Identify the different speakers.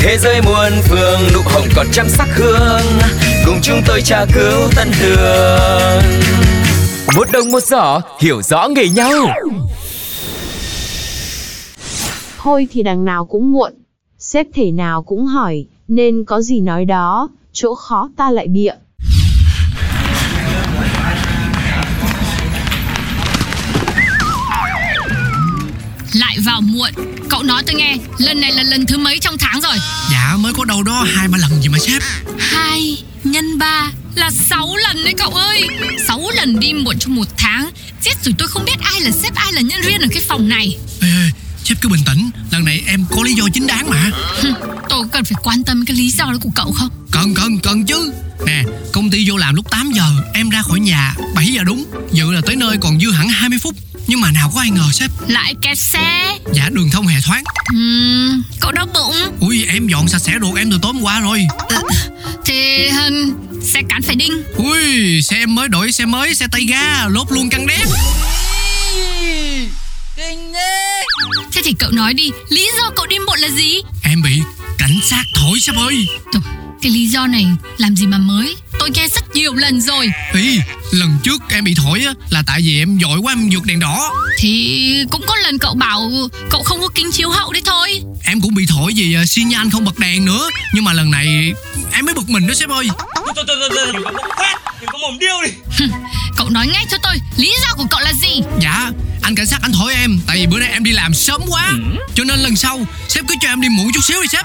Speaker 1: Thế giới muôn phương nụ hồng còn trăm sắc hương Cùng chúng tôi tra cứu tân đường Một đồng một giỏ hiểu rõ nghề nhau
Speaker 2: Thôi thì đằng nào cũng muộn, sếp thể nào cũng hỏi, nên có gì nói đó, chỗ khó ta lại bịa.
Speaker 3: Lại vào muộn Cậu nói tôi nghe Lần này là lần thứ mấy trong tháng rồi
Speaker 4: Dạ mới có đâu đó hai ba lần gì mà sếp
Speaker 3: 2 nhân 3 là 6 lần đấy cậu ơi 6 lần đi muộn trong một tháng Chết rồi tôi không biết ai là sếp ai là nhân viên ở cái phòng này
Speaker 4: ê, ê, Sếp cứ bình tĩnh Lần này em có lý do chính đáng mà
Speaker 3: Hừ, Tôi có cần phải quan tâm cái lý do đó của cậu không
Speaker 4: Cần cần cần chứ Nè công ty vô làm lúc 8 giờ Em ra khỏi nhà 7 giờ đúng Dự là tới nơi còn dư hẳn 20 phút Nhưng mà nào có ai ngờ sếp
Speaker 3: Lại kẹt xe
Speaker 4: Dạ đường thông hề thoáng
Speaker 3: Ừm, Cậu đau bụng
Speaker 4: Ui em dọn sạch sẽ đồ em từ tối hôm qua rồi
Speaker 3: Thì hừm, xe cán phải đinh
Speaker 4: Ui xe em mới đổi xe mới Xe tay ga lốp luôn căng đét
Speaker 3: Thế thì cậu nói đi Lý do cậu đi muộn là gì
Speaker 4: Em bị cảnh sát thổi sếp ơi
Speaker 3: Trời, Cái lý do này làm gì mà mới Tôi nghe rất nhiều lần rồi
Speaker 4: Ý, lần trước em bị thổi á Là tại vì em dội quá em vượt đèn đỏ
Speaker 3: Thì cũng có lần cậu bảo Cậu không có kính chiếu hậu đấy thôi
Speaker 4: Em cũng bị thổi vì uh, xi nhan không bật đèn nữa Nhưng mà lần này em mới bực mình đó sếp ơi
Speaker 3: Cậu nói ngay cho tôi Lý do của cậu là gì
Speaker 4: Dạ anh cảnh sát anh thổi em Tại vì bữa nay em đi làm sớm quá Cho nên lần sau sếp cứ cho em đi muộn chút xíu đi sếp